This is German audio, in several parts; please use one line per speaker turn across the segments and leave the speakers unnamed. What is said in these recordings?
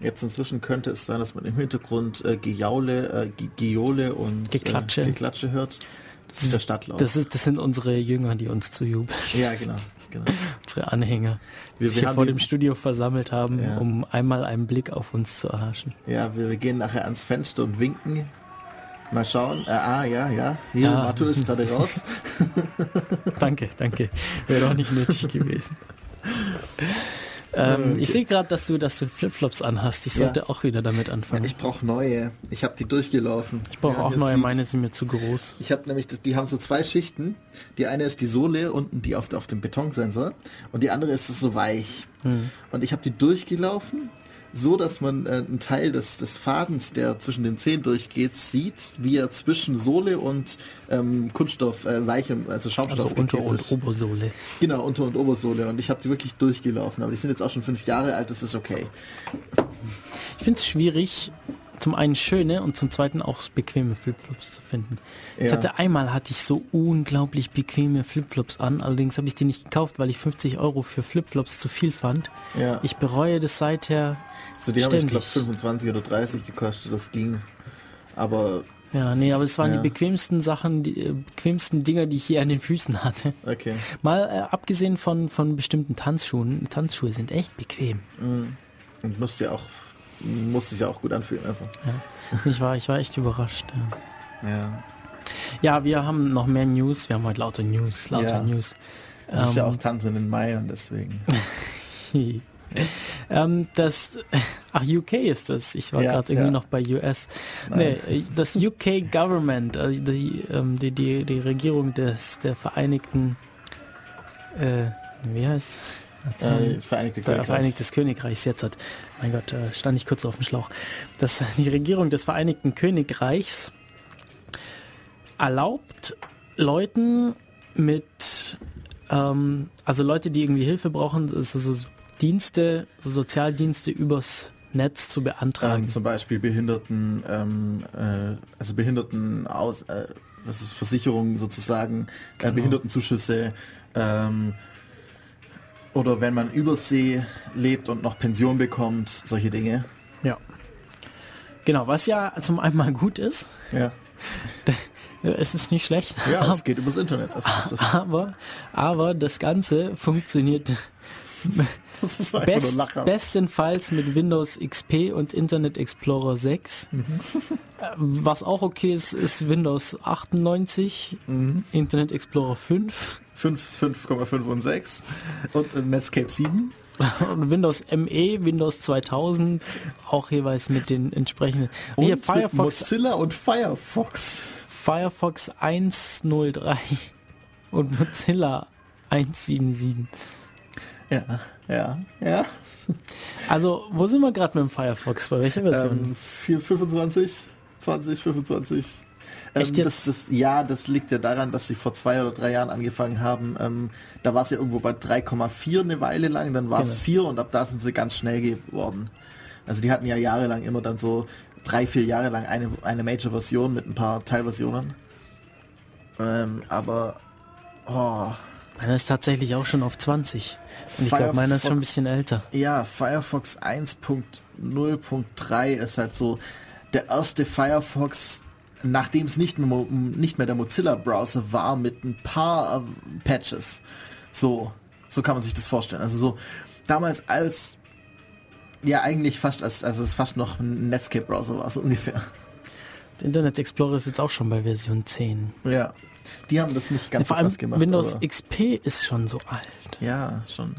Jetzt inzwischen könnte es sein, dass man im Hintergrund äh, Gejaule, äh, Ge- Geole und
Geklatsche.
äh, Geklatsche hört. Das ist der Stadtlauf.
Das, ist, das sind unsere Jünger, die uns zujubeln,
ja, genau. genau.
unsere Anhänger, die
Wir-
sich
wir
hier
haben
vor
die-
dem Studio versammelt haben,
Ja.
um einmal einen Blick auf uns zu erhaschen.
Ja, wir, wir gehen nachher ans Fenster und winken. Mal schauen. Äh, ah, ja, ja. Hier,
Ah.
Matu ist gerade raus.
Danke, danke. Wäre doch nicht nötig gewesen. Ähm, Ich sehe gerade, dass du, dass du Flipflops anhast. Ich
Ja.
sollte auch wieder damit anfangen.
Ich
ich
brauche neue. Ich habe die durchgelaufen. Ich
brauche auch neue, meine sind mir zu groß.
Ich habe nämlich, das, die haben so zwei Schichten. Die eine ist die Sohle unten, die auf, auf dem Beton sein soll. Und die andere ist so weich.
Hm.
Und ich habe die durchgelaufen, so dass man äh, einen Teil des, des Fadens, der zwischen den Zehen durchgeht, sieht, wie er zwischen Sohle und ähm, Kunststoff, äh, weichem, also
Also
Schaumstoff
Unter-
geklebt
und
ist.
Obersohle.
Genau, Unter- und Obersohle. Und ich habe die wirklich durchgelaufen. Aber die sind jetzt auch schon fünf Jahre alt, das ist okay.
Ich finde es schwierig, zum einen schöne und zum zweiten auch bequeme Flipflops zu finden. Ich
Ja.
hatte einmal hatte ich so unglaublich bequeme Flipflops an, allerdings habe ich die nicht gekauft, weil ich 50 Euro für Flipflops zu viel fand.
Ja.
Ich bereue das seither.
so, die haben, ich glaube,
ständig.
25 oder 30 gekostet, das ging. Aber,
Ja, nee, aber es waren
Ja.
die bequemsten Sachen, die äh, bequemsten Dinger, die ich je an den Füßen hatte.
okay.
Mal äh, abgesehen von, von bestimmten Tanzschuhen. Tanzschuhe sind echt bequem.
Und musst ja auch, muss sich ja auch gut anfühlen. Also.
Ich war, ich war echt überrascht. Ja.
Ja.
ja, wir haben noch mehr News. Wir haben heute lauter News, lauter
Ja.
News.
Es ist ja auch Tanzen in Mai und deswegen.
ähm, das, ach, UK ist das. Ich war
Ja,
gerade irgendwie
ja.
noch bei US. Nee, äh, das UK Government, also die, ähm, die, die, die Regierung des, der Vereinigten, äh, wie heißt
Äh, Vereinigte
Ver-
Königreich.
Vereinigtes Königreichs jetzt hat. Mein Gott, da stand ich kurz auf dem Schlauch. Dass die Regierung des Vereinigten Königreichs erlaubt Leuten mit, ähm, also Leute, die irgendwie Hilfe brauchen, so, so so Dienste, so Sozialdienste übers Netz zu beantragen.
ähm, zum Beispiel Behinderten, ähm, äh, also Behinderten aus, äh, was ist Versicherungen sozusagen, äh, Behindertenzuschüsse. Ähm, oder wenn man übersee lebt und noch Pension bekommt, solche Dinge.
ja. Genau, was ja zum einen mal gut ist.
Ja,
Äh, Es ist nicht schlecht.
ja es geht übers Internet. Das, das,
Aber, aber das Ganze funktioniert
das ist einfach nur
Best,
Lacher.
bestenfalls mit Windows XP und Internet Explorer 6.
Mhm.
Äh, Was auch okay ist, ist Windows 98,
Mhm.
Internet Explorer 5
5, 5,5 und 6 und äh, Netscape 7.
und Windows ME, Windows 2000, auch jeweils mit den entsprechenden.
Und
Hier
mit
Firefox,
Mozilla und Firefox.
Firefox 103 und Mozilla 177.
Ja, ja, ja.
Also, wo sind wir gerade mit dem Firefox? Bei welcher Version?
Ähm, 4, 25, 20, 25. Ähm,
Echt jetzt?
Das, das, ja, das liegt ja daran, dass sie vor zwei oder drei Jahren angefangen haben. Ähm, da war es ja irgendwo bei 3,4 eine Weile lang, dann war es
Genau.
4 und ab da sind sie ganz schnell geworden. Also die hatten ja jahrelang immer dann so drei, vier Jahre lang eine, eine Major-Version mit ein paar Teilversionen. Ähm, aber oh,
Meiner ist tatsächlich auch schon auf 20. Und ich glaube, meiner ist schon ein
Firefox-
bisschen älter.
Ja, Firefox 1.0.3 ist halt so der erste Firefox, nachdem es nicht, mehr Mo- nicht mehr der Mozilla-Browser war, mit ein paar äh, Patches. So, so kann man sich das vorstellen. Also so damals als ja eigentlich fast als also es fast noch ein Netscape-Browser war so ungefähr.
Der Internet Explorer ist jetzt auch schon bei Version 10.
Ja, die haben das nicht ganz
Vor
so
allem
krass gemacht.
Windows
aber,
XP ist schon so alt.
ja schon.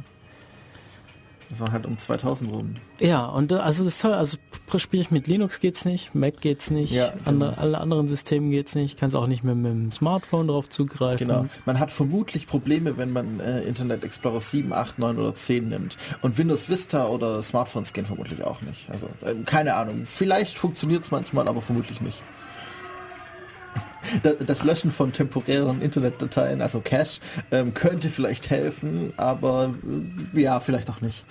Das war halt um 2000 rum.
Ja, und äh, also das ist toll. Also pr- sprich mit Linux geht's nicht, Mac geht's nicht,
Ja, genau.
andere, alle anderen Systemen geht's nicht. Kannst auch nicht mehr mit dem Smartphone drauf zugreifen.
Genau. Man hat vermutlich Probleme, wenn man äh, Internet Explorer 7, 8, 9 oder 10 nimmt. Und Windows Vista oder Smartphones gehen vermutlich auch nicht. Also ähm, keine Ahnung. Vielleicht funktioniert es manchmal, aber vermutlich nicht. Das, das Löschen von temporären Internetdateien, also Cache, ähm, könnte vielleicht helfen, aber äh, ja, vielleicht auch nicht.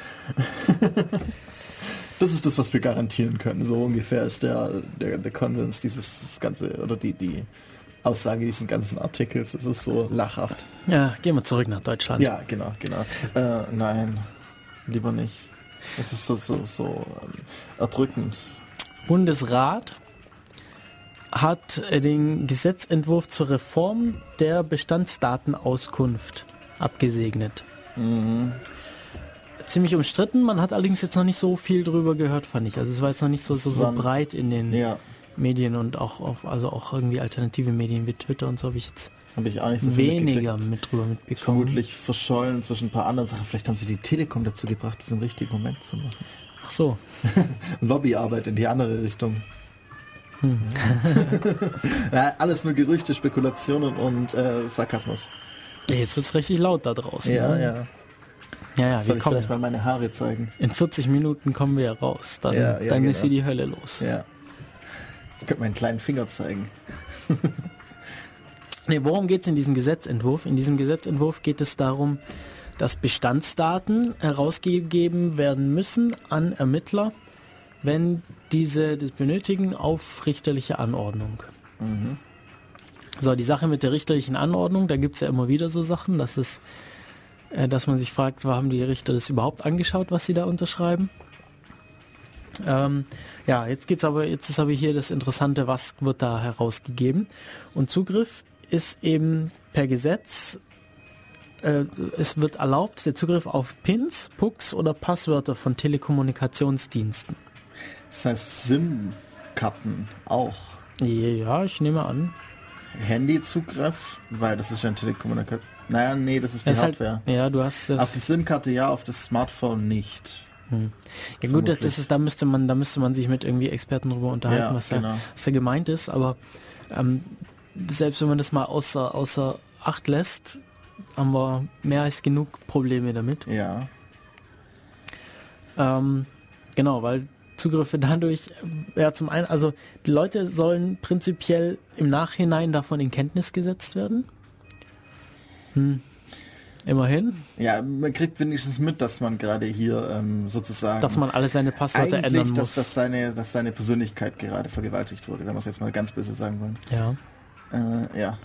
das ist das, was wir garantieren können. So ungefähr ist der, der, der Konsens dieses das Ganze oder die, die Aussage dieses ganzen Artikels. Es ist so lachhaft.
Ja, gehen wir zurück nach Deutschland.
Ja, genau, genau. Äh, nein, lieber nicht. Es ist so, so, so ähm, erdrückend.
Bundesrat hat äh, den Gesetzentwurf zur Reform der Bestandsdatenauskunft abgesegnet.
Mhm.
Ziemlich umstritten, man hat allerdings jetzt noch nicht so viel drüber gehört, fand ich. Also es war jetzt noch nicht so, so,
Es
so
war-
breit in den
Ja,
Medien und auch auf, also auch irgendwie alternative Medien wie Twitter und so habe ich jetzt
habe ich auch nicht so viel
weniger
mitgekriegt.
mit drüber mitbekommen.
Vermutlich verschollen zwischen ein paar anderen Sachen. Vielleicht haben sie die Telekom dazu gebracht, diesen richtigen Moment zu machen.
Ach so.
Lobbyarbeit in die andere Richtung. Hm. ja, alles nur Gerüchte, Spekulationen und äh, Sarkasmus.
Ja, Jetzt wird es richtig laut da draußen.
Ja,
ne?
ja.
ja, ja
Soll
wir
ich
kommen.
vielleicht mal meine Haare zeigen?
In 40 Minuten kommen wir raus. Dann,
Ja, ja,
dann ist hier
genau.
die Hölle los.
Ja. Ich könnte meinen kleinen Finger zeigen.
Nee, worum geht es in diesem Gesetzentwurf? In diesem Gesetzentwurf geht es darum, dass Bestandsdaten herausgegeben werden müssen an Ermittler, wenn diese das benötigen auf richterliche Anordnung. So, die Sache mit der richterlichen Anordnung, da gibt es ja immer wieder so Sachen, dass es, äh, dass man sich fragt, haben die Richter das überhaupt angeschaut, was sie da unterschreiben? Ähm, ja, jetzt geht's aber, jetzt ist aber hier das Interessante, was wird da herausgegeben? Und Zugriff ist eben per Gesetz, äh, es wird erlaubt, der Zugriff auf Pins, Pucks oder Passwörter von Telekommunikationsdiensten.
Das heißt SIM-Karten auch.
Ja, ich nehme an.
Handyzugriff, weil das ist ja ein Telekommunikation. Naja, nee, das ist die
Das ist halt,
Hardware.
ja, du hast
auf die
das.
SIM-Karte ja, auf das Smartphone nicht.
Ja gut, das,
vermutlich.
das ist, da müsste man, da müsste man sich mit irgendwie Experten drüber unterhalten,
Ja,
was, da,
genau.
was da gemeint ist, aber ähm, selbst wenn man das mal außer, außer Acht lässt, haben wir mehr als genug Probleme damit.
Ja.
Ähm, genau, weil Zugriffe dadurch, äh, ja zum einen, also die Leute sollen prinzipiell im Nachhinein davon in Kenntnis gesetzt werden. Hm. Immerhin,
Ja, man kriegt wenigstens mit, dass man gerade hier ähm, sozusagen
dass man alle seine Passwörter ändern
eigentlich, dass,
muss.
dass, seine, dass seine Persönlichkeit gerade vergewaltigt wurde, wenn wir es jetzt mal ganz böse sagen wollen.
ja.
Äh, ja.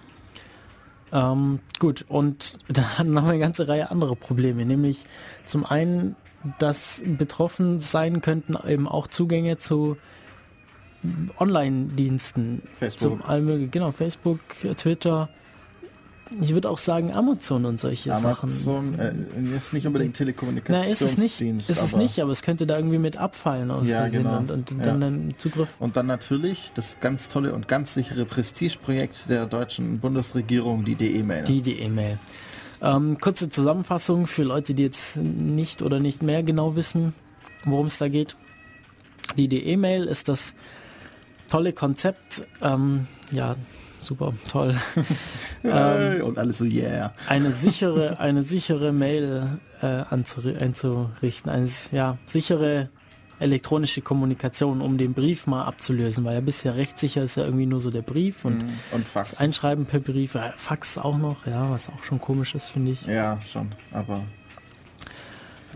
Ähm, gut, und dann noch eine ganze Reihe anderer Probleme, nämlich zum einen, dass betroffen sein könnten eben auch Zugänge zu Online-Diensten,
Facebook,
Zum allmöglichen, genau, Facebook, äh, Twitter. Ich würde auch sagen Amazon und solche Sachen.
Amazon, äh, ist nicht unbedingt
Na, ist es nicht,
Telekommunikationsdienst.
ist es
aber-
nicht, aber es könnte da irgendwie mit abfallen aus
Ja,
Versehen
genau.
und, und
Ja.
dann dann Zugriff.
Und dann natürlich das ganz tolle und ganz sichere Prestigeprojekt der deutschen Bundesregierung, die DE-Mail.
Die, die E-Mail. Ähm, kurze Zusammenfassung für Leute, die jetzt nicht oder nicht mehr genau wissen, worum es da geht. Die, die E-Mail ist das tolle Konzept, ähm, ja, super, toll,
Hey, und alles so, yeah.
eine sichere, eine sichere Mail äh, anzuri- einzurichten, eine s- ja, sichere elektronische Kommunikation, um den Brief mal abzulösen, weil ja bisher rechtssicher ist ja irgendwie nur so der Brief und
Und Fax.
Einschreiben per Brief, äh, Fax auch noch, ja, was auch schon komisch ist, finde ich.
Ja, schon, aber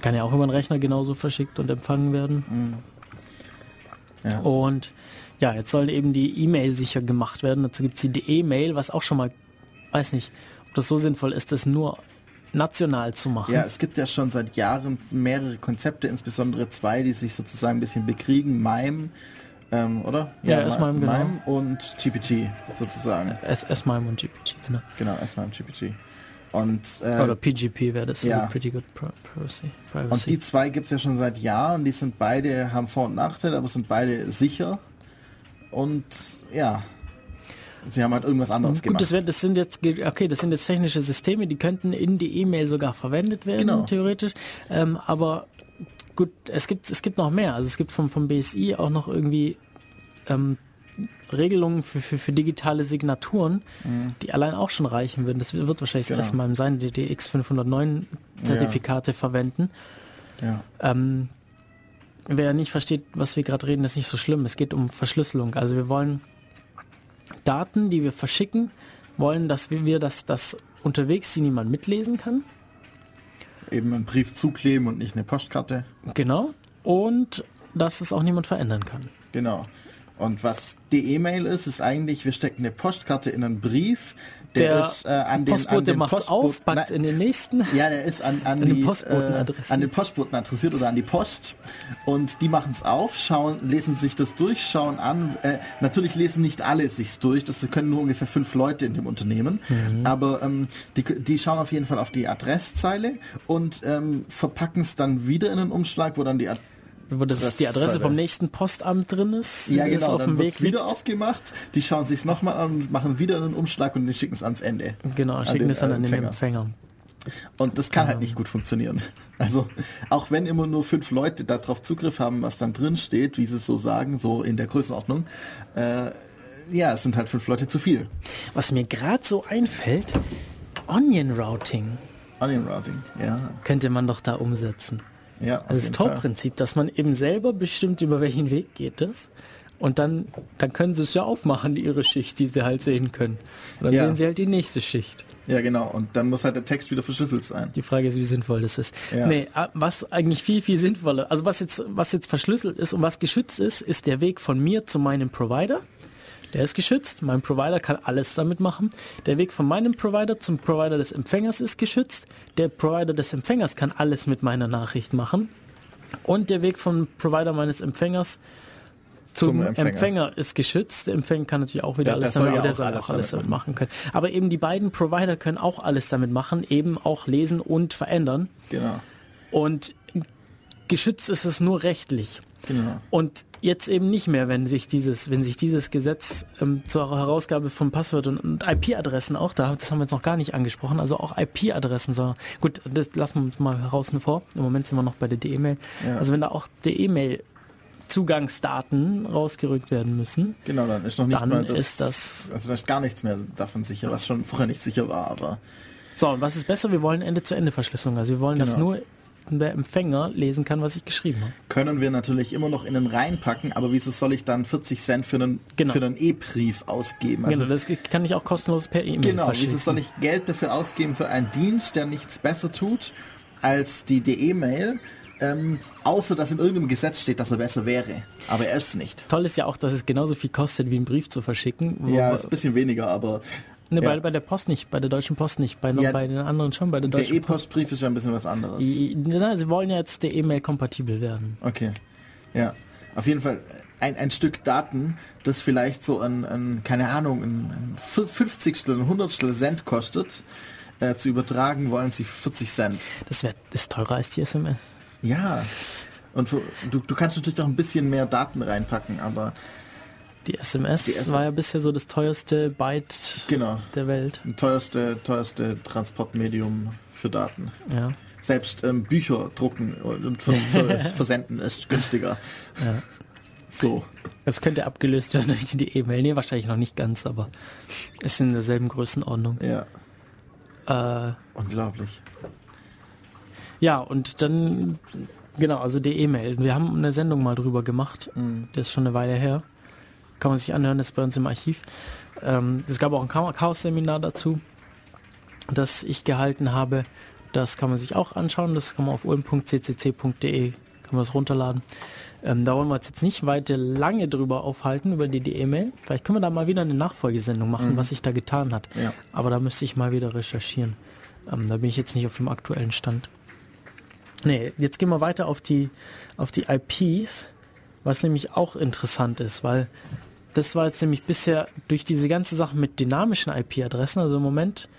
Kann ja auch über den Rechner genauso verschickt und empfangen werden.
Ja.
Und ja, jetzt soll eben die E-Mail sicher gemacht werden. Dazu gibt es die DE-Mail, was auch schon mal, weiß nicht, ob das so sinnvoll ist, das nur national zu machen.
ja, es gibt ja schon seit Jahren mehrere Konzepte, insbesondere zwei, die sich sozusagen ein bisschen bekriegen, MIME, ähm, oder?
Ja,
Mi-
S-MIME, genau.
MIME und GPT sozusagen.
SS-MIME und GPG, genau.
Genau, S-MIME, GPT. Und,
Oder
äh,
PGP wäre das,
ja.
also Pretty Good Pri- Privacy.
und die
Privacy.
zwei gibt es ja schon seit Jahren, die sind beide, haben Vor- und Nachteile, aber sind beide sicher. Und ja, sie haben halt irgendwas anderes
Gut,
gemacht.
das, wär, das sind jetzt ge- okay, das sind jetzt technische Systeme, die könnten in die E-Mail sogar verwendet werden,
Genau.
theoretisch. Ähm, aber gut, es gibt es gibt noch mehr. Also es gibt vom vom BSI auch noch irgendwie ähm, Regelungen für, für, für digitale Signaturen, die allein auch schon reichen würden. Das wird wahrscheinlich
Mhm. Genau.
das erste Mal im sein, die DX509 Zertifikate verwenden.
ja.
Ähm, wer nicht versteht, was wir gerade reden, ist nicht so schlimm. Es geht um Verschlüsselung. Also wir wollen Daten, die wir verschicken, wollen, dass wir, wir das, das unterwegs sie niemand mitlesen kann.
Eben einen Brief zukleben und nicht eine Postkarte.
Genau. Und dass es auch niemand verändern kann.
Genau. Und was die E-Mail ist, ist eigentlich, wir stecken eine Postkarte in einen Brief, der,
Der
ist äh, an den, an
Postbote
den
macht auf,
Postboten-
packt in den nächsten.
Ja, der ist an, an,
An den
die, äh,
Postboten adressiert.
an den Postboten adressiert oder an die Post. Und die machen es auf, schauen, lesen sich das durch, schauen an. Äh, natürlich lesen nicht alle sich's durch, das können nur ungefähr fünf Leute in dem Unternehmen.
Mhm.
Aber ähm, die, die schauen auf jeden Fall auf die Adresszeile und ähm, verpacken es dann wieder in einen Umschlag, wo dann die Ad
Wo das,
Das
die Adresse
soll
vom
er.
nächsten Postamt drin ist,
ja,
die
genau,
ist auf
dann
dem
wird's
Weg liegt.
wieder aufgemacht, die schauen sich's nochmal an und machen wieder einen Umschlag und schicken es ans Ende.
Genau, schicken
den,
es dann
äh,
an den
Empfänger.
Empfänger.
Und das kann halt
Genau.
nicht gut funktionieren. Also, auch wenn immer nur fünf Leute darauf Zugriff haben, was dann drin steht, wie sie es so sagen, so in der Größenordnung, äh, ja, es sind halt fünf Leute zu viel.
Was mir gerade so einfällt, Onion Routing
Onion Routing, ja.
könnte man doch da umsetzen.
ja auf
Also das
jeden Fall.
Tor-Prinzip, dass man eben selber bestimmt, über welchen Weg geht es. Und dann, dann können sie es ja aufmachen, ihre Schicht, die sie halt sehen können. Und dann
Ja.
sehen sie halt die nächste Schicht.
Ja, genau. Und dann muss halt der Text wieder verschlüsselt sein.
Die Frage ist, wie sinnvoll das ist.
Ja.
Nee, ah, was eigentlich viel, viel sinnvoller, also was jetzt, was jetzt verschlüsselt ist und was geschützt ist, ist der Weg von mir zu meinem Provider. Der ist geschützt. Mein Provider kann alles damit machen. Der Weg von meinem Provider zum Provider des Empfängers ist geschützt. Der Provider des Empfängers kann alles mit meiner Nachricht machen. Und der Weg vom Provider meines Empfängers zum,
Zum Empfänger.
Empfänger. ist geschützt. Der Empfänger kann natürlich auch wieder
Ja,
alles
das soll
damit,
ja
aber der
auch
soll
alles
auch alles
damit
damit machen können. Aber eben die beiden Provider können auch alles damit machen, eben auch lesen und verändern.
Genau.
Und geschützt ist es nur rechtlich.
Genau.
Und jetzt eben nicht mehr, wenn sich dieses, wenn sich dieses Gesetz ähm, zur Herausgabe von Passwörtern und IP-Adressen auch, da, das haben wir jetzt noch gar nicht angesprochen, also auch IP-Adressen, sondern gut, das lassen wir uns mal heraus und vor. Im Moment sind wir noch bei der DE-Mail.
Ja.
Also wenn da auch DE-Mail Zugangsdaten rausgerückt werden müssen,
Genau, dann ist noch nicht
Dann
mal
ist das-
Also da ist gar nichts mehr davon sicher, was schon vorher nicht sicher war, aber.
So, und was ist besser? Wir wollen Ende-zu-Ende-Verschlüsselung. Also wir wollen, dass
Genau.
nur der Empfänger lesen kann, was ich geschrieben habe.
können wir natürlich immer noch in den reinpacken, aber wieso soll ich dann 40 Cent für einen
Genau.
für einen E-Brief ausgeben? Also,
genau, das kann ich auch kostenlos per E-Mail
genau, wieso
verschicken.
soll ich Geld dafür ausgeben für einen Dienst, der nichts besser tut als die DE-Mail, ähm, außer dass in irgendeinem Gesetz steht, dass er besser wäre, aber er ist es nicht.
Toll ist ja auch, dass es genauso viel kostet, wie einen Brief zu verschicken. wo-
Ja, ist ein bisschen weniger, aber
ne, bei,
ja.
bei der Post nicht, bei der Deutschen Post nicht, bei,
Ja,
bei den anderen schon, bei der
der E-
Deutschen
E-Postbrief ist ja ein bisschen was anderes.
I- Nein, sie wollen ja jetzt der E-Mail kompatibel werden.
Okay. Ja. Auf jeden Fall äh, ein, ein Stück Daten, das vielleicht so ein, ein keine Ahnung, ein, ein 50. ein 100. Cent kostet, äh, zu übertragen wollen sie 40 Cent.
Das wär, ist teurer als die SMS.
Ja. Und für, du, du kannst natürlich noch ein bisschen mehr Daten reinpacken, aber
Die SMS,
Die SMS
war ja bisher so das teuerste Byte
genau,
der Welt.
ein teuerste, teuerste Transportmedium für Daten.
Ja.
Selbst ähm, Bücher drucken und ver ver versenden ist günstiger.
Ja.
So.
Das könnte abgelöst werden durch die E-Mail. Nee, wahrscheinlich noch nicht ganz, aber ist in derselben Größenordnung.
Ja.
Äh,
Unglaublich.
ja, und dann, genau, also die E-Mail. Wir haben eine Sendung mal drüber gemacht.
Mhm.
Das ist schon eine Weile her. Kann man sich anhören, das ist bei uns im Archiv. Ähm, es gab auch ein Cha- Chaos-Seminar dazu, das ich gehalten habe. Das kann man sich auch anschauen. Das kann man auf ulm.ccc.de e, kann man es runterladen. Ähm, da wollen wir uns jetzt nicht weiter lange drüber aufhalten, über die die E-Mail. Vielleicht können wir da mal wieder eine Nachfolgesendung machen, was sich da getan hat.
Ja.
Aber da müsste ich mal wieder recherchieren. Ähm, da bin ich jetzt nicht auf dem aktuellen Stand. Nee, jetzt gehen wir weiter auf die, auf die IPs, was nämlich auch interessant ist, weil das war jetzt nämlich bisher durch diese ganze Sache mit dynamischen IP-Adressen, also im Moment,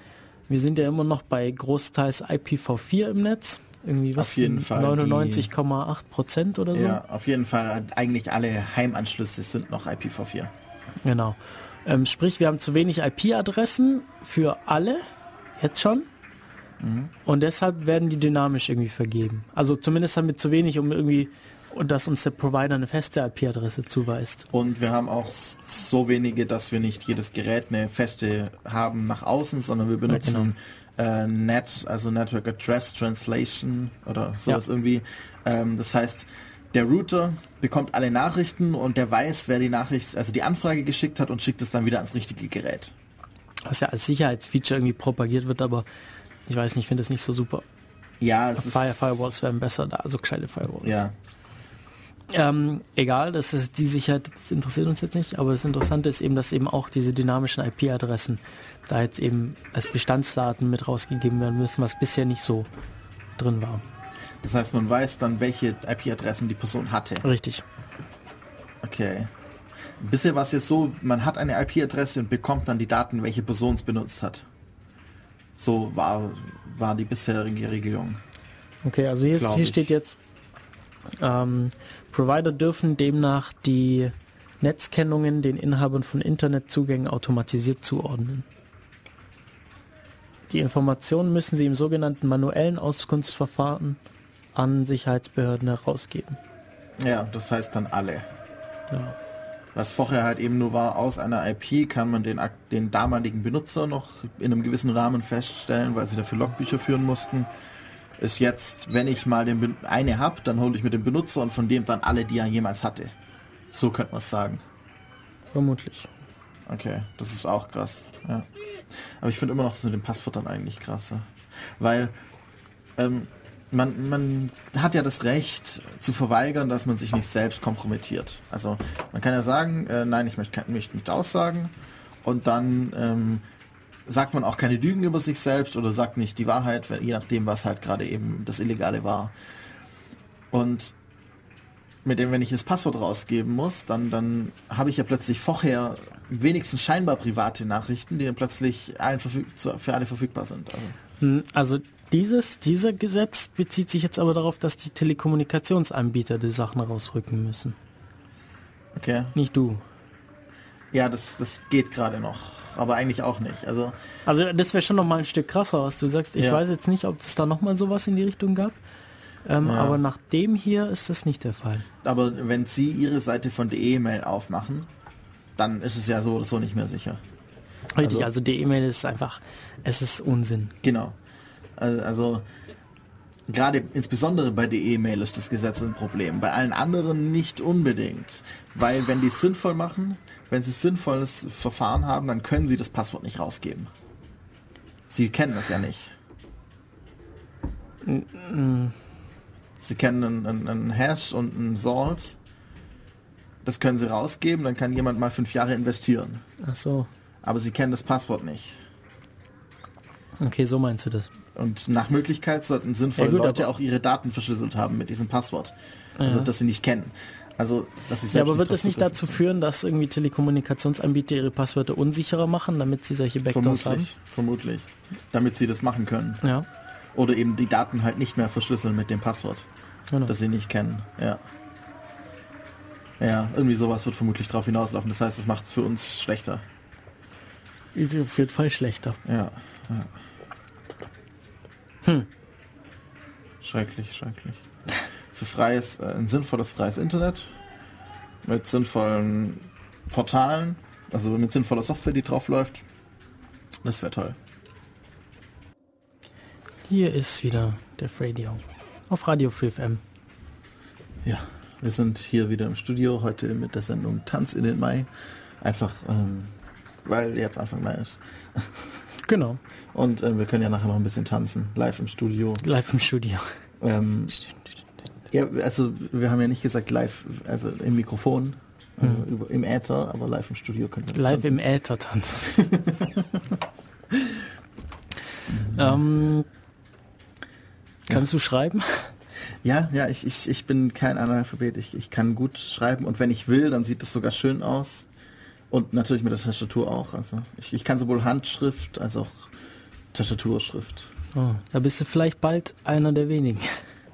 wir sind ja immer noch bei großteils IPv4 im Netz, irgendwie was,
jeden Fall die-
99,8 Prozent oder so.
Ja, auf jeden Fall. äh, Eigentlich alle Heimanschlüsse sind noch IPv4.
Genau. Ähm, sprich, wir haben zu wenig IP-Adressen für alle, jetzt schon. Und deshalb werden die dynamisch irgendwie vergeben. Also zumindest haben wir zu wenig, um irgendwie, und dass uns der Provider eine feste IP-Adresse zuweist.
Und wir haben auch s- so wenige, dass wir nicht jedes Gerät eine feste haben nach außen, sondern wir benutzen äh, NET, also Network Address Translation oder sowas irgendwie. Ähm, das heißt, der Router bekommt alle Nachrichten und der weiß, wer die Nachricht, also die Anfrage geschickt hat und schickt es dann wieder ans richtige Gerät.
Was ja als Sicherheitsfeature irgendwie propagiert wird, aber ich weiß nicht, ich finde das nicht so super.
Ja, es ist
Fire Firewalls wären besser da, also gescheite Firewalls.
Ja.
Ähm, egal, das ist die Sicherheit, das interessiert uns jetzt nicht, aber das Interessante ist eben, dass eben auch diese dynamischen IP-Adressen da jetzt eben als Bestandsdaten mit rausgegeben werden müssen, was bisher nicht so drin war.
Das heißt, man weiß dann, welche IP-Adressen die Person hatte.
Richtig.
Okay. Bisher war es jetzt so, man hat eine IP-Adresse und bekommt dann die Daten, welche Person es benutzt hat. So war, war die bisherige Regelung.
Okay, also hier, ist,
Glaub
hier
ich.
steht jetzt, ähm, Provider dürfen demnach die Netzkennungen den Inhabern von Internetzugängen automatisiert zuordnen. Die Informationen müssen sie im sogenannten manuellen Auskunftsverfahren an Sicherheitsbehörden herausgeben.
Ja, das heißt dann alle.
Ja.
Was vorher halt eben nur war, aus einer IP kann man den, ak- den damaligen Benutzer noch in einem gewissen Rahmen feststellen, weil sie dafür Logbücher führen mussten. Ist jetzt, wenn ich mal den Ben- eine hab, dann hole ich mir den Benutzer und von dem dann alle, die er jemals hatte. So könnte man es sagen.
Vermutlich.
Okay, das ist auch krass. Ja. Aber ich finde immer noch das mit den Passwörtern eigentlich krasser. Weil ähm, man, man hat ja das Recht zu verweigern, dass man sich nicht selbst kompromittiert. Also man kann ja sagen, äh, nein, ich möchte, kein- möchte nicht aussagen. Und dann ähm, sagt man auch keine Lügen über sich selbst oder sagt nicht die Wahrheit, weil- je nachdem, was halt gerade eben das Illegale war. Und mit dem, wenn ich das Passwort rausgeben muss, dann, dann habe ich ja plötzlich vorher wenigstens scheinbar private Nachrichten, die dann plötzlich allen verfüg- zu- für alle verfügbar sind. Also,
Hm, Also dieses, dieser Gesetz bezieht sich jetzt aber darauf, dass die Telekommunikationsanbieter die Sachen rausrücken müssen.
okay.
Nicht du.
Ja, das, das geht gerade noch. Aber eigentlich auch nicht. Also,
Also das wäre schon nochmal ein Stück krasser, was du sagst. Ich
Ja.
weiß jetzt nicht, ob es da nochmal sowas in die Richtung gab. Ähm,
Ja.
Aber nach dem hier ist das nicht der Fall.
aber wenn Sie Ihre Seite von der E-Mail aufmachen, dann ist es ja so oder so nicht mehr sicher.
Richtig, also,
Also-
die E-Mail ist einfach, es ist Unsinn.
Genau. Also, also gerade insbesondere bei der E-Mail ist das Gesetz ein Problem. Bei allen anderen nicht unbedingt. Weil wenn die es sinnvoll machen, wenn sie sinnvolles Verfahren haben, dann können sie das Passwort nicht rausgeben. Sie kennen das ja nicht. Sie kennen einen, einen, einen Hash und einen Salt. Das können sie rausgeben, dann kann jemand mal fünf Jahre investieren.
Ach so,
Aber sie kennen das Passwort nicht.
okay, so meinst du das.
Und nach Möglichkeit sollten sinnvolle
Ja, gut,
Leute
aber-
auch ihre Daten verschlüsselt haben mit diesem Passwort. Also,
Ja.
dass sie nicht kennen. Also, dass sie
Ja,
selbst
aber wird
drauf
das nicht
zugreifen.
dazu führen, dass irgendwie Telekommunikationsanbieter ihre Passwörter unsicherer machen, damit sie solche Backdoors haben?
Vermutlich, vermutlich. Damit sie das machen können.
Ja,
Oder eben die Daten halt nicht mehr verschlüsseln mit dem Passwort,
genau.
das sie nicht kennen. Ja. Ja, irgendwie sowas wird vermutlich drauf hinauslaufen. Das heißt, das macht es für uns schlechter.
Ist auf jeden Fall schlechter.
Ja. ja. Hm. Schrecklich, schrecklich. Für freies, äh, ein sinnvolles freies Internet mit sinnvollen Portalen, also mit sinnvoller Software, die drauf läuft. Das wäre toll.
Hier ist wieder der Radio. Auf Radio Free FM.
Ja, wir sind hier wieder im Studio heute mit der Sendung Tanz in den Mai. Einfach, ähm, weil jetzt Anfang Mai ist.
Genau,
Und äh, wir können ja nachher noch ein bisschen tanzen, live im Studio.
live im Studio.
Ähm, ja, also wir haben ja nicht gesagt live, also im Mikrofon, äh, über, im Äther, aber live im Studio können wir
Mhm. Live im Äther tanz. ähm, kannst du schreiben?
Ja, ja, ich, ich, ich bin kein Analphabet, ich, ich kann gut schreiben und wenn ich will, dann sieht es sogar schön aus. Und natürlich mit der Tastatur auch. Also ich, ich kann sowohl Handschrift als auch Tastaturschrift.
Oh, da bist du vielleicht bald einer der wenigen.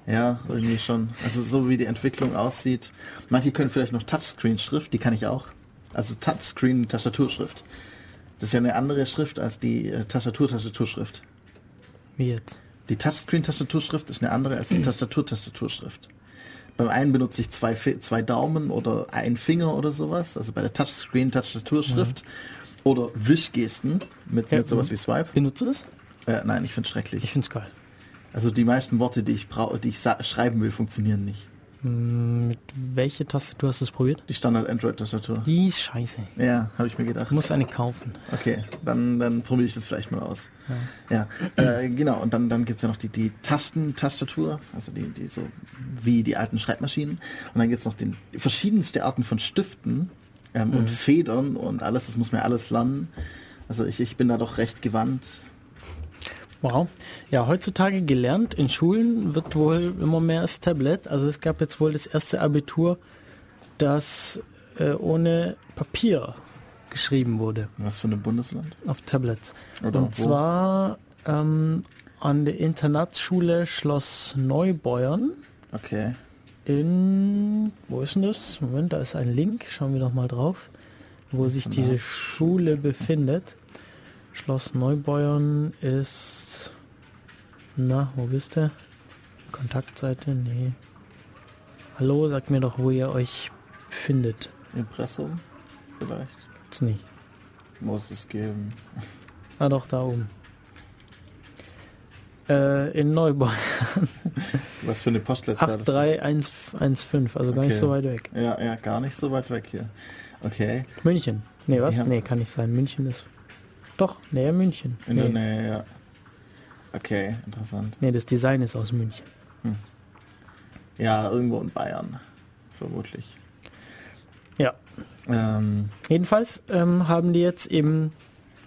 Ja, irgendwie schon. Also so wie die Entwicklung aussieht. Manche können vielleicht noch Touchscreen-Schrift, die kann ich auch. Also Touchscreen-Tastaturschrift. Das ist ja eine andere Schrift als die äh, Tastatur-Tastaturschrift.
Wie jetzt?
Die Touchscreen-Tastaturschrift ist eine andere als
Mhm.
die Tastatur-Tastaturschrift. Beim einen benutze ich zwei, Fi- zwei Daumen oder einen Finger oder sowas. Also bei der Touchscreen-Tastaturschrift. Oder Wischgesten mit,
Mhm. Ja,
mit sowas
mhm.
wie Swipe.
Benutzt du das?
Äh, nein, ich finde schrecklich.
Ich find's geil.
Also die meisten Worte, die ich brauche, die ich sa- schreiben will, funktionieren nicht.
Hm, Mit welcher Tastatur hast du es probiert?
Die Standard-Android-Tastatur.
Die ist scheiße.
Ja, habe ich mir gedacht.
Du musst eine kaufen.
Okay, dann, dann probiere ich das vielleicht mal aus. Ja, äh, genau. Und dann, dann gibt es ja noch die, die Tasten-Tastatur, also die, die so wie die alten Schreibmaschinen. Und dann gibt es noch den, verschiedenste Arten von Stiften ähm,
Mhm.
und Federn und alles. Das muss man ja alles lernen. Also ich, ich bin da doch recht gewandt.
Wow. Ja, heutzutage gelernt in Schulen wird wohl immer mehr das Tablet. Also es gab jetzt wohl das erste Abitur, das äh, ohne Papier geschrieben wurde
Was für ein Bundesland?
auf Tablets.
Oder
Und
wo?
zwar ähm, an der Internatsschule Schloss Neubeuern
Okay.
in, wo ist denn das? Moment, da ist ein Link, schauen wir doch mal drauf, wo sich diese
genau.
Schule befindet. Schloss Neubeuern ist, na, wo bist du? Kontaktseite? Nee. Hallo, sagt mir doch, wo ihr euch findet.
Impressum vielleicht.
Gibt's nicht.
Muss es geben.
Ah doch, da oben. Äh, in Neubeuern.
Was für eine Postleitzahl das
83115, also gar nicht
Okay.
so weit weg.
ist. Ja, ja, gar nicht so weit weg hier. Okay.
München. Nee, was?
haben-
Nee, kann nicht sein. München ist. Doch, nee, München.
In der
Nee.
Nähe, ja. Okay, interessant.
nee, das Design ist aus München.
Ja, irgendwo in Bayern, vermutlich.
Ja.
Ähm,
Jedenfalls ähm, haben die jetzt eben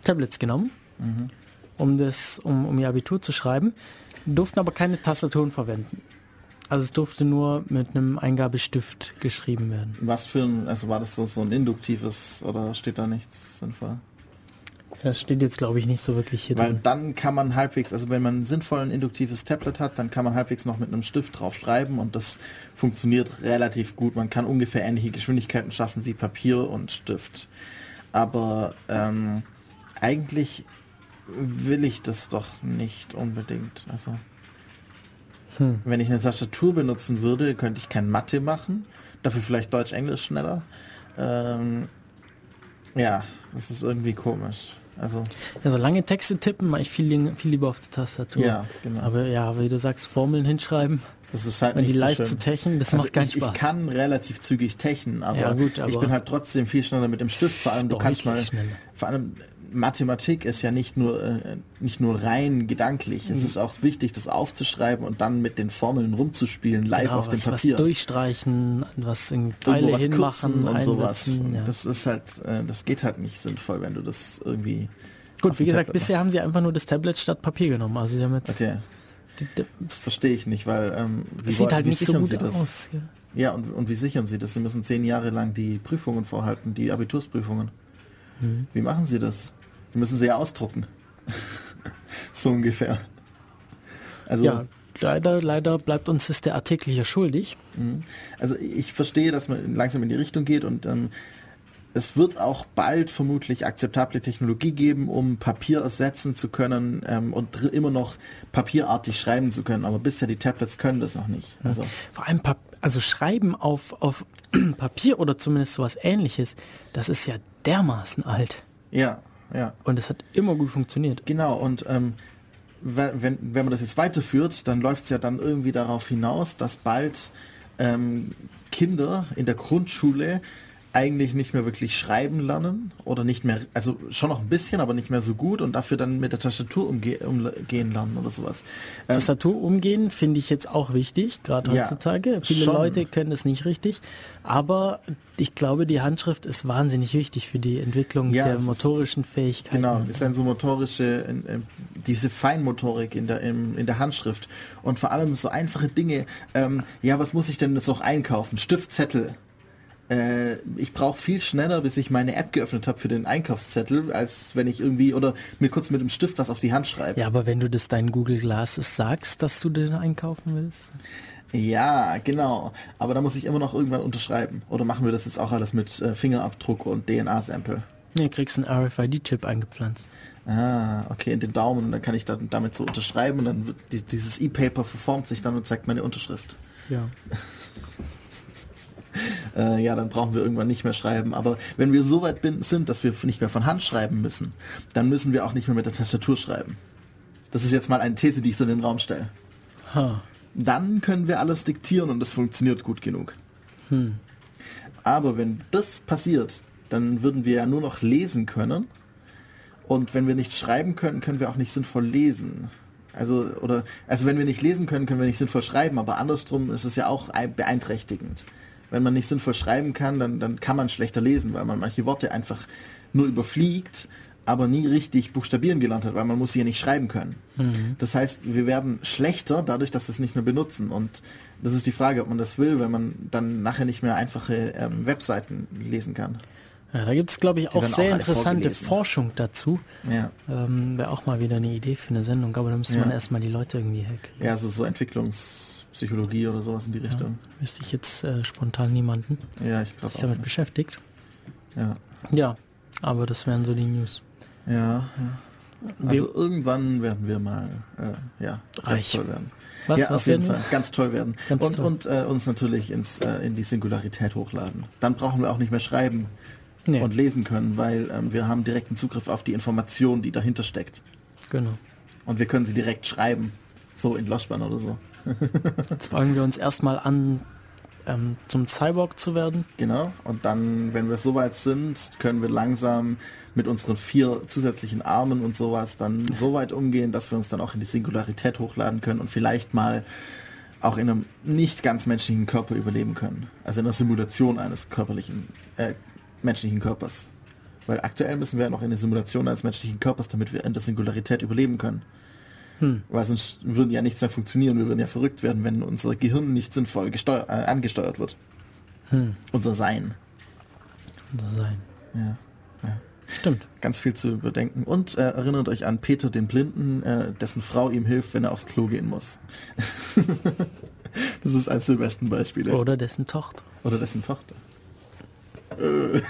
Tablets genommen,
Mhm.
um, das, um, um ihr Abitur zu schreiben, durften aber keine Tastaturen verwenden. Also es durfte nur mit einem Eingabestift geschrieben werden.
was für ein, also war das so, so ein induktives oder steht da nichts sinnvoll?
Das steht jetzt, glaube ich, nicht so wirklich hier
Weil
drin.
dann kann man halbwegs, also wenn man sinnvoll ein induktives Tablet hat, dann kann man halbwegs noch mit einem Stift drauf schreiben und das funktioniert relativ gut. Man kann ungefähr ähnliche Geschwindigkeiten schaffen wie Papier und Stift. Aber ähm, eigentlich will ich das doch nicht unbedingt. Also wenn ich eine Tastatur benutzen würde, könnte ich kein Mathe machen. Dafür vielleicht Deutsch-Englisch schneller. Ähm, ja, das ist irgendwie komisch. Also
Also lange Texte tippen, mache ich viel, li- viel lieber auf die Tastatur.
ja, genau.
Aber ja, wie du sagst, Formeln hinschreiben,
Das ist halt
wenn
nicht
die
so
live
schön.
zu techen, das
Also
macht keinen
ich,
Spaß.
Ich kann relativ zügig techen, aber,
Ja, gut, aber-
ich bin halt trotzdem viel schneller mit dem Stift. Vor allem, du kannst mal,
Deutlich schneller.
vor allem Mathematik ist ja nicht nur, äh, nicht nur rein gedanklich.
Mhm.
Es ist auch wichtig, das aufzuschreiben und dann mit den Formeln rumzuspielen, live
Genau,
auf dem
was,
Papier.
was durchstreichen, was in
Irgendwo
Pfeile hinmachen
kürzen und sowas.
einsetzen, ja.
Das ist halt, äh, das geht halt nicht sinnvoll, wenn du das irgendwie. auf
Gut, wie
dem
gesagt,
Tablet
bisher haben sie einfach nur das Tablet statt Papier genommen. Also sie haben jetzt
machst. Okay,
die, die,
verstehe ich nicht, weil ähm, wie,
es
woll-
sieht halt
wie
nicht so
sichern
gut
sie das?
aus. Ja.
Ja, und, und wie sichern Sie das? Sie müssen zehn Jahre lang die Prüfungen vorhalten, die Abitursprüfungen. Wie machen Sie das? Die müssen Sie ja ausdrucken. so ungefähr. Also,
ja, leider, leider bleibt uns das der Artikel hier schuldig.
also ich verstehe, dass man langsam in die Richtung geht und ähm, es wird auch bald vermutlich akzeptable Technologie geben, um Papier ersetzen zu können ähm, und dr- immer noch papierartig schreiben zu können. Aber bisher die Tablets können das noch nicht. Also,
Vor allem, Pap also Schreiben auf, auf Papier oder zumindest sowas ähnliches, das ist ja dermaßen alt.
ja, ja.
Und es hat immer gut funktioniert.
Genau, und ähm, we- wenn, wenn man das jetzt weiterführt, dann läuft es ja dann irgendwie darauf hinaus, dass bald ähm, Kinder in der Grundschule eigentlich nicht mehr wirklich schreiben lernen oder nicht mehr, also schon noch ein bisschen, aber nicht mehr so gut und dafür dann mit der Tastatur umge umgehen lernen oder sowas. Ähm,
Tastatur umgehen finde ich jetzt auch wichtig, gerade
Ja,
heutzutage. Viele
schon.
Leute können das nicht richtig, aber ich glaube, die Handschrift ist wahnsinnig wichtig für die Entwicklung
Ja,
der
es ist-
motorischen Fähigkeiten.
Genau, ist dann so motorische, in- in- diese Feinmotorik in der, im- in der Handschrift. Und vor allem so einfache Dinge, ähm, ja, was muss ich denn jetzt noch einkaufen? Stiftzettel. Äh, ich brauche viel schneller, bis ich meine App geöffnet habe für den Einkaufszettel, als wenn ich irgendwie oder mir kurz mit dem Stift was auf die Hand schreibe.
Ja, aber wenn du das deinen Google Glasses sagst, dass du den einkaufen willst.
Ja, genau. Aber da muss ich immer noch irgendwann unterschreiben. Oder machen wir das jetzt auch alles mit äh, Fingerabdruck und DNA-Sample?
Nee, kriegst einen RFID-Chip eingepflanzt.
Ah, okay, in den Daumen. Dann kann ich dann damit so unterschreiben und dann wird die, dieses E-Paper verformt sich dann und zeigt meine Unterschrift.
Ja.
Äh, ja, dann brauchen wir irgendwann nicht mehr schreiben. Aber wenn wir so weit bin, sind, dass wir nicht mehr von Hand schreiben müssen, dann müssen wir auch nicht mehr mit der Tastatur schreiben. Das ist jetzt mal eine These, die ich so in den Raum stelle.
Ha.
dann können wir alles diktieren und das funktioniert gut genug.
Hm.
Aber wenn das passiert, dann würden wir ja nur noch lesen können. Und wenn wir nicht schreiben können, können wir auch nicht sinnvoll lesen. Also, oder, also wenn wir nicht lesen können, können wir nicht sinnvoll schreiben, aber andersrum ist es ja auch ein- beeinträchtigend. Wenn man nicht sinnvoll schreiben kann, dann, dann kann man schlechter lesen, weil man manche Worte einfach nur überfliegt, aber nie richtig buchstabieren gelernt hat, weil man muss sie ja nicht schreiben können. Das heißt, wir werden schlechter dadurch, dass wir es nicht mehr benutzen. Und das ist die Frage, ob man das will, wenn man dann nachher nicht mehr einfache ähm, Webseiten lesen kann.
Ja, da gibt es, glaube ich, auch
werden auch
sehr
alle
interessante
vorgelesen.
Forschung dazu.
Ja,
Ähm, Wäre auch mal wieder eine Idee für eine Sendung, aber da müsste
Ja.
man erstmal die Leute irgendwie herkriegen.
ja so, so Entwicklungspsychologie oder sowas in die Richtung.
Wüsste ich jetzt äh, spontan niemanden,
Ja, ich
der
glaube
sich
auch.
damit
nicht.
beschäftigt.
Ja.
Ja, aber das wären so die News.
Ja, ja.
Wir-
Also irgendwann werden wir mal äh, ja, ganz
Reich.
toll werden.
Was,
ja,
was
auf jeden
werden wir?
Fall. Ganz toll werden.
Ganz
und
toll.
und äh, uns natürlich ins, äh, in die Singularität hochladen. Dann brauchen wir auch nicht mehr schreiben
Nee,
und lesen können, weil ähm, wir haben direkten Zugriff auf die Information, die dahinter steckt.
genau.
Und wir können sie direkt schreiben. So in Loschbahn oder so.
Jetzt fangen wir uns erstmal an, ähm, zum Cyborg zu werden.
Genau. Und dann, wenn wir soweit sind, können wir langsam mit unseren vier zusätzlichen Armen und sowas dann so weit umgehen, dass wir uns dann auch in die Singularität hochladen können und vielleicht mal auch in einem nicht ganz menschlichen Körper überleben können. Also in der Simulation eines körperlichen, äh, menschlichen Körpers. Weil aktuell müssen wir ja noch in der Simulation eines menschlichen Körpers, damit wir in der Singularität überleben können.
Hm.
Weil sonst würden ja nichts mehr funktionieren. Wir würden ja verrückt werden, wenn unser Gehirn nicht sinnvoll gesteuer- äh, angesteuert wird.
Hm,
Unser Sein.
so sein.
Ja.
Stimmt.
Ganz viel zu überdenken. Und äh, erinnert euch an Peter den Blinden, äh, dessen Frau ihm hilft, wenn er aufs Klo gehen muss. das ist eines der besten Beispiele.
Oder dessen Tochter.
Oder dessen Tochter. Äh.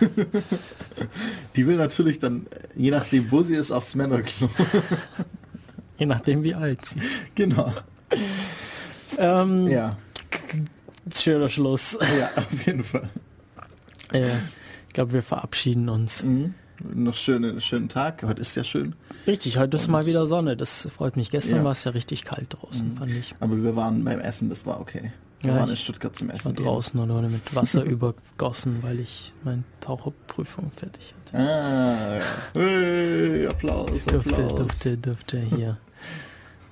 Die will natürlich dann, äh, je nachdem, wo sie ist, aufs Männerklo.
Je nachdem, wie alt sie ist.
genau.
Ähm,
Ja.
Schöner Schluss.
ja, auf jeden Fall.
Äh, ich glaube, wir verabschieden uns.
Mhm. Noch schönen, schönen Tag. Heute ist ja schön.
Richtig, heute ist mal wieder Sonne. Das freut mich. Gestern
Ja.
war es ja Mhm. richtig kalt draußen, fand ich.
Aber wir waren beim Essen, das war okay. Wir
Ja,
waren in
ich
Stuttgart zum
Ich war
Essen. gehen.
draußen und wurde mit Wasser übergossen, weil ich meine Taucherprüfung fertig hatte.
Ah, hey, Applaus,
Ich durfte,
Applaus.
durfte, durfte hier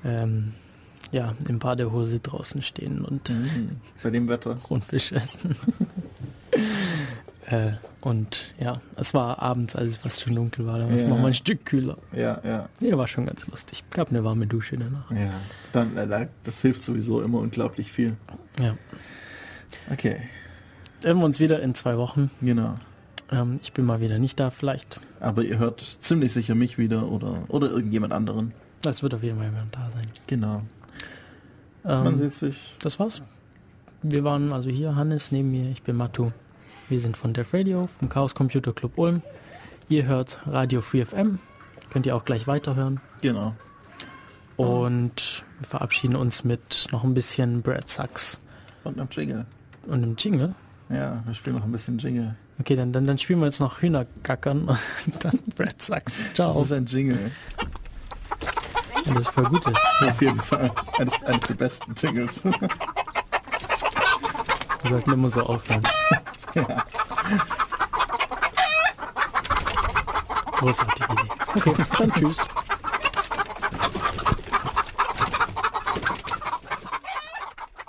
ähm, ja, in Badehose draußen stehen und
Mhm. Bei dem Wetter.
Rundfisch essen. äh, und ja, es war abends, als es fast schon dunkel war. Da war es
Ja.
noch mal ein Stück kühler.
Ja, ja,
Ja, war schon ganz lustig. Gab eine warme Dusche danach.
ja. Dann, äh, da- das hilft sowieso immer unglaublich viel.
Ja.
Okay,
Hören wir uns wieder in zwei Wochen.
genau.
Ähm, ich bin mal wieder nicht da, vielleicht.
Aber ihr hört ziemlich sicher mich wieder oder, oder irgendjemand anderen.
Es wird auf jeden Fall jemand da sein.
Genau. Mhm.
Ähm,
Man sieht sich.
das war's. Wir waren also hier, Hannes neben mir, ich bin Matu. Wir sind von Dev Radio, vom Chaos Computer Club Ulm. Ihr hört Radio Free FM, könnt ihr auch gleich weiterhören.
Genau.
Und wir verabschieden uns mit noch ein bisschen Brad Sucks
Und am Jingle.
und einem Jingle.
Ja, wir spielen noch ein bisschen Jingle.
Okay, dann, dann, dann spielen wir jetzt noch Hühnergackern und dann Brad Sucks. Ciao.
Das ist ein Jingle.
Wenn das voll gut ist.
Auf jeden Fall. Eines, eines der besten Jingles.
Wir sollten immer so aufhören. Großartige Idee. Okay, dann tschüss.